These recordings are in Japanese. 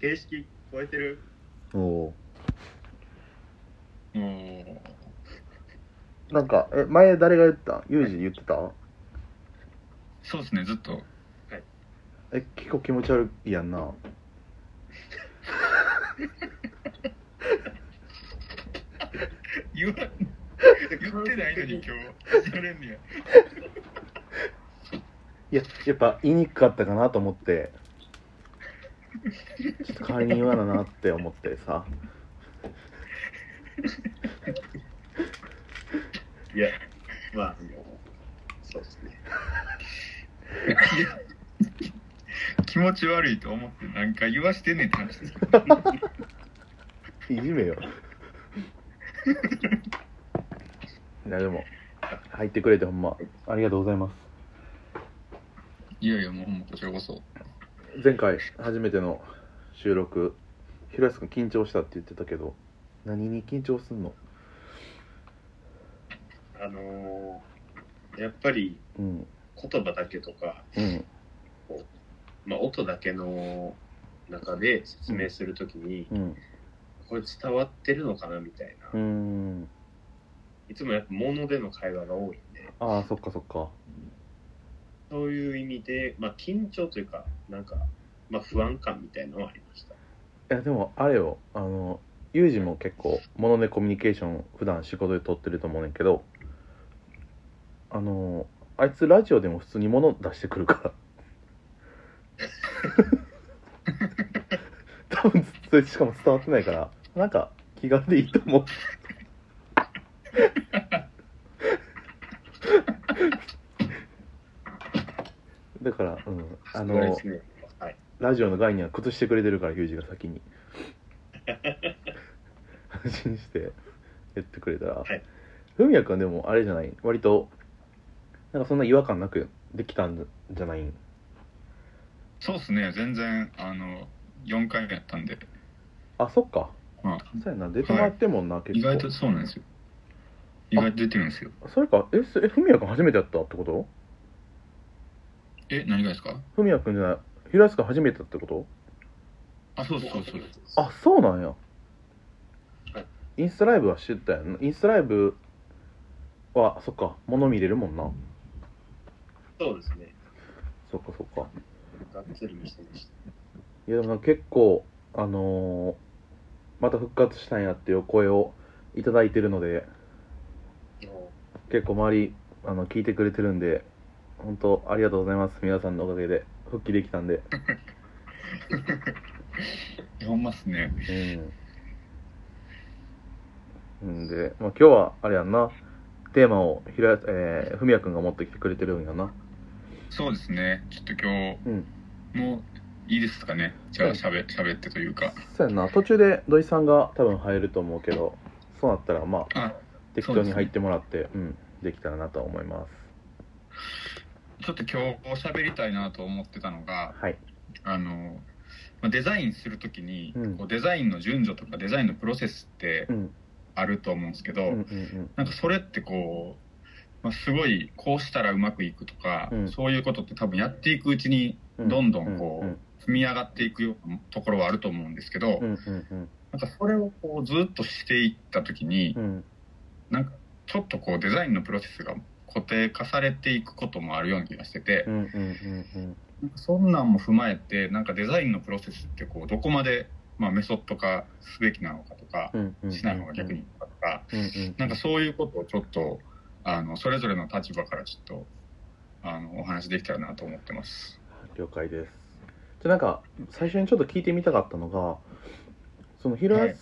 形式超えてるおおうん。ーなんかえ前誰が言ったユージ言ってた、そうですね、ずっと。え結構気持ち悪いやんな言わん、言ってないのに今日、言われんねや。いややっぱ言いにくかったかなと思ってちょっと代わりに言わななって思ってさいやまあそうですね気持ち悪いと思って、なんか言わしてんねんって話ですけど。いじ めよいやでも入ってくれてほんまありがとうございますいやいや、もうほんまこちらこそ。前回初めての収録ひろやすくん緊張したって言ってたけど何に緊張すんのあのーやっぱりうん言葉だけとか、うんまあ、音だけの中で説明するときに、うんこれ伝わってるのかなみたいな、うーんいつもやっぱ物での会話が多いんでああそっかそっかそういう意味で、まあ、緊張というかなんか、まあ、不安感みたいなのはありましたいやでもあれよあのユージも結構モノでコミュニケーション普段仕事で取ってると思うねんけどあのあいつラジオでも普通に物出してくるから 多分それしかも伝わってないからなんか気軽でいいと思う だから、うん、あそうでのすねはいラジオの概念は崩してくれてるからヒュージが先に安心してやってくれたらはいふみやくんでもあれじゃない割となんかそんな違和感なくできたんじゃないんそうですね、全然、あの、4回目やったんで、あそっかまあ、そうやな出てもらってんもんな、意結構外とそうなんですよ。意外と出てるんですよ。それかえそえふみやくん初めてやったってことえ、何がですかふみやくんじゃない平安くん初めてやったってことあ、そうそうそう。あそうなんや、はいインスタライブは知ったやんなインスタライブはそっか物見れるもんなそうですねそっかそっかがっつり見せましたいやでもなんか結構あのーまた復活したんやっていうお声をいただいてるのでも結構周りあの聞いてくれてるんで本当ありがとうございます皆さんのおかげで復帰できたんで、いやほんまっすね。うん、んで、まあ、今日はあれやんなテーマをひら、えー、ふみやくんが持ってきてくれてるんやなそうですね。ちょっと今うん日、もういいですかね。じゃうあ、んしゃべ、しゃべってというか。そうやんな途中で土井さんが多分入ると思うけどそうなったらまああ、適当に入ってもらってう,、んできたらなと思いますちょっと今日、しゃべりたいなと思ってたのが、はいあの、まあ、デザインするときに、うんこうデザインの順序とかデザインのプロセスってうんあると思うんですけど、うんうんうんなんかそれってこう、まあ、すごいこうしたらうまくいくとか、うんそういうことって多分やっていくうちにうんどんどんこううん積み上がっていくようなところはあると思うんですけど、うんうんなんかそれをこうずっとしていった時に、うんうんなんかちょっとこうデザインのプロセスが固定化されていくこともあるような気がしてて、うんうんうんうんなんかそんなんも踏まえてなんかデザインのプロセスってこうどこまで、まあ、メソッド化すべきなのかとか、うんうんしない方が逆にいいのかとか、うんうんなんかそういうことをちょっと、あの、それぞれの立場からちょっと、あの、お話できたらなと思ってます。了解ですじゃあなんか最初にちょっと聞いてみたかったのがその平安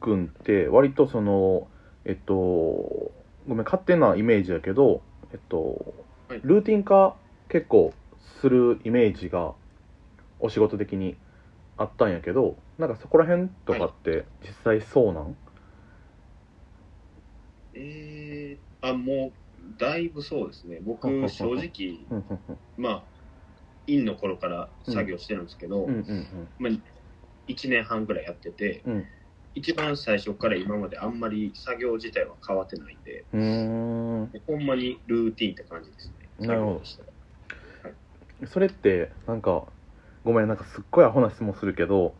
くんって割とそのえっとごめん勝手なイメージやけどえっとはいルーティン化結構するイメージがお仕事的にあったんやけどなんかそこら辺とかって実際そうなん、うえー、あもうだいぶそうですね 僕ほうほうほ正う直うんまあ院の頃から作業してるんですけど、うんうんうんまあ、1年半ぐらいやってて、うん一番最初から今まであんまり作業自体は変わってないんでうーんほんまにルーティンって感じですねなる作業ほどとしてはそれってなんかごめんなんかすっごいアホな質問するけど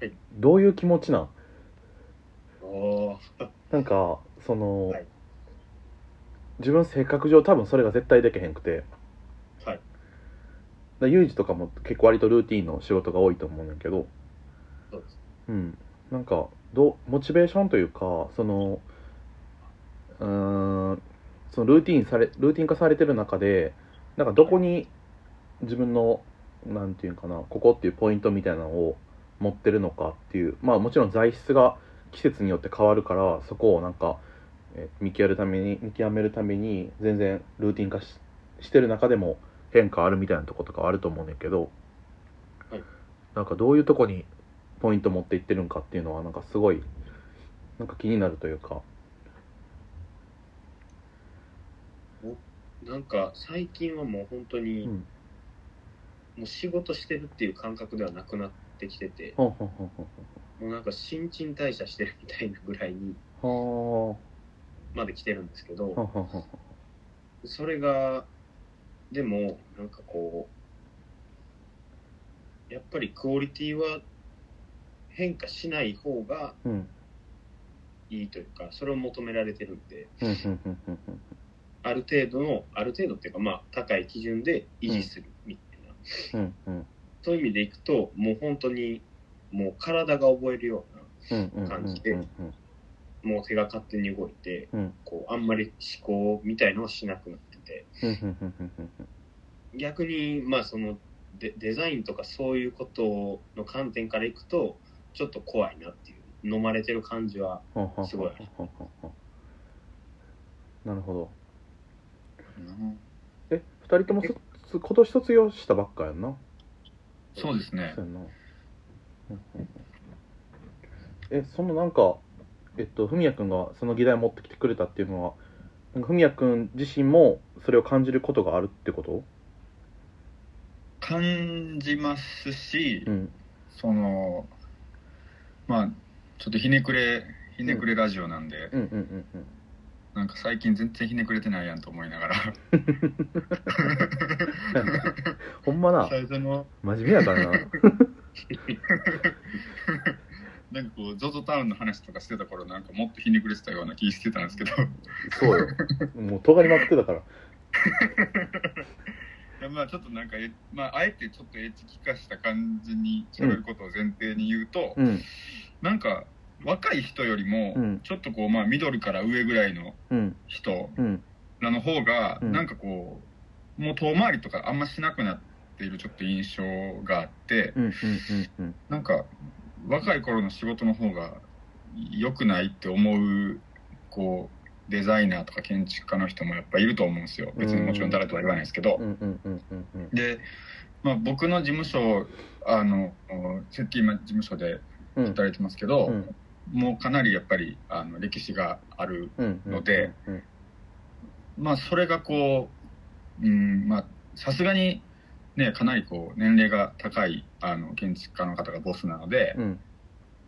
はいどういう気持ちなんおーなんかその、はい自分性格上多分それが絶対できへんくてはいだユージとかも結構割とルーティンの仕事が多いと思うんだけどそうですうんなんかどうモチベーションというかそのうーんそのルーティンされルーティン化されてる中でなんかどこに自分のなんていうのかなここっていうポイントみたいなのを持ってるのかっていうまあもちろん材質が季節によって変わるからそこをなんか、えー見極めるために見極めるために全然ルーティン化ししてる中でも変化あるみたいなとことかはあると思うねんだけど、はいなんかどういうとこにポイント持っていってるんかっていうのはなんかすごいなんか気になるというかなんか最近はもう本当うにんもう仕事してるっていう感覚ではなくなってきててほんほんほんほんもうなんか新陳代謝してるみたいなぐらいにほんはまで来てるんですけあほんどほんほんほんそれがでもなんかこうやっぱりクオリティは変化しない方がうんいいというかそれを求められてるんでうんうんうんうんうんある程度のある程度っていうかまあ高い基準で維持するみたいな、うんうんそういう意味でいくともう本当にもう体が覚えるようなうんうんうんうん感じでもう手が勝手に動いて、うんこうあんまり思考みたいのをしなくなっててうんうんうんうんうん逆にまあそのデデザインとかそういうことの観点からいくとちょっと怖いなっていう飲まれてる感じはすごいなるほどうんえ二人ともそ今年卒業したばっかやんなそうですねそうやんなうんうんうんえそのなんかえっと文也君がその議題を持ってきてくれたっていうのはなんか文也君自身もそれを感じることがあるってこと感じますし、うんそのまあちょっとひねくれひねくれラジオなんで、うんうんうんうんなんか最近全然ひねくれてないやんと思いながら ほんまな最初の真面目やからななんかこう ZOZO タウンの話とかしてた頃なんかもっとひねくれてたような気してたんです けどそうよもう尖りまくってたからまあちょっとなんかえ、まあ、あえてちょっとエッジ聞かした感じに喋ることを前提に言うと、うんなんか若い人よりも、うんちょっとこうまあミドルから上ぐらいのうん人うんらの方が、うんなんかこうもう遠回りとかあんましなくなっているちょっと印象があって、うんうんうんうんなんか若い頃の仕事の方が良くないって思うこうデザイナーとか建築家の人もやっぱいると思うんですよ別にもちろん誰とは言わないですけどう、んうんうんうんうんで、まあ、僕の事務所あのセッティ今事務所でうん働いてますけど、うんもうかなりやっぱりあの歴史があるうんうんのでうんまあそれがこううんまあさすがにねかなりこう年齢が高いあの建築家の方がボスなので、うん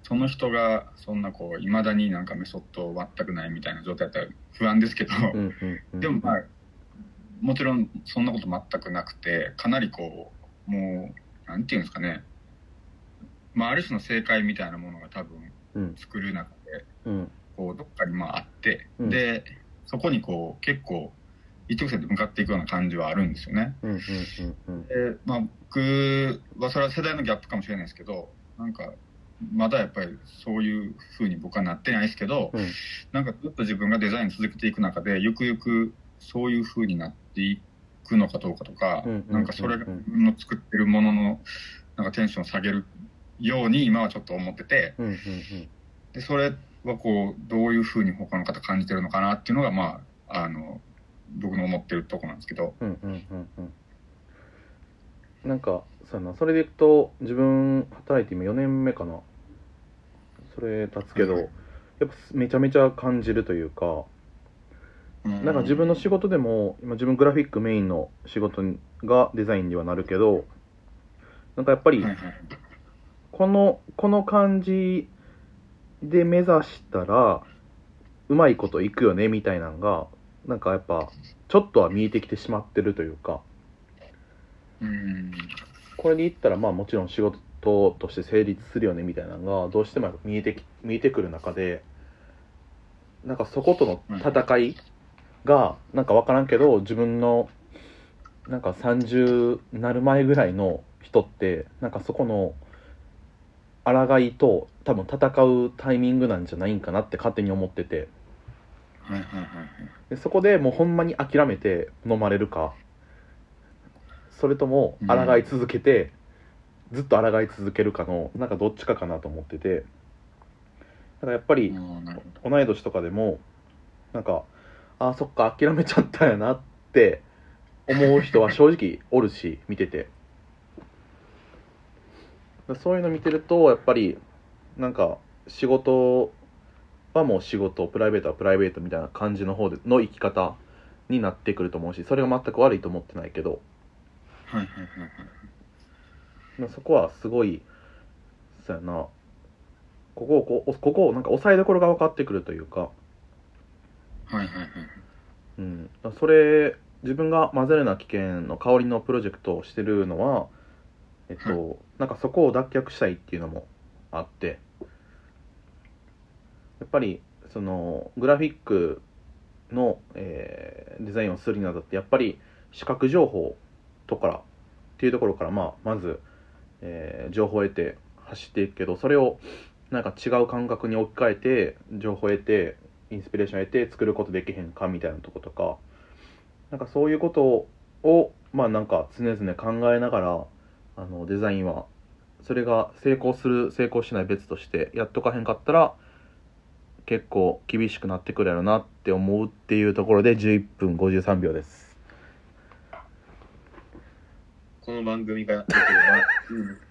その人がそんなこういまだになんかメソッド全くないみたいな状態だったら不安ですけど、うんうんうんでもまあもちろんそんなこと全くなくてかなりこうもうなんていうんですかねまあある種の正解みたいなものが多分うん作る中でうんこうどっかにまああって、うんでそこにこう結構一直線で向かっていくような感じはあるんですよね。うんうんうんでまあ、僕はそれは世代のギャップかもしれないですけどなんかまだやっぱりそういうふうに僕はなってないですけど、うんなんかずっと自分がデザイン続けていく中でゆくゆくそういうふうになっていくのかどうかとか、うんうんうんうんなんかそれが自分の作ってるもののなんかテンションを下げるように今はちょっと思っててうんうんでそれはこうどういうふうに他の方感じてるのかなっていうのがまああの僕の思ってるとこなんですけど。うんうんうんうんうんなんかそうやなそれでいくと自分働いて今4年目かなそれ経つけどはいやっぱめちゃめちゃ感じるというかなんか自分の仕事でも今自分グラフィックメインの仕事にがデザインにはなるけどなんかやっぱりはいはいこのこの感じで目指したらうまいこといくよねみたいなんがなんかやっぱちょっとは見えてきてしまってるというかうんこれで言ったらまあもちろん仕事トとして成立するよねみたいなのがどうしてもやっぱ見えてき見えてくる中でなんかそことの戦いがなんか分からんけど自分のなんか30なる前ぐらいの人ってなんかそこの抗いと多分戦うタイミングなんじゃないんかなって勝手に思っててはいはいはいはいでそこでもうほんまに諦めて飲まれるかそれともうん抗い続けて、ずっと抗い続けるかのなんかどっちかかなと思っててだからやっぱりああなるほど同い年とかでもなんかあーそっか諦めちゃったんやなって思う人は正直おるし 見ててだそういうの見てるとやっぱりなんか仕事はもう仕事プライベートはプライベートみたいな感じの方での生き方になってくると思うしそれが全く悪いと思ってないけどはいはいはいはいまあそこはすごいそうやなここをこうここをなんか抑えどころが分かってくるというかはいはいはいうん、それ自分が「混ぜるな危険」の香りのプロジェクトをしてるのは、えっとはなんかそこを脱却したいっていうのもあってやっぱりそのグラフィックの、えーデザインをするにあたってやっぱり視覚情報とからっていうところから、まあ、まず、えー情報を得て走っていくけどそれをなんか違う感覚に置き換えて情報を得てインスピレーションを得て作ることできへんかみたいなとことかなんかそういうことをまあなんか常々考えながらあのデザインはそれが成功する成功しない別としてやっとかへんかったら結構厳しくなってくるやろなって思うっていうところで11分53秒ですこの番組ができれば、うん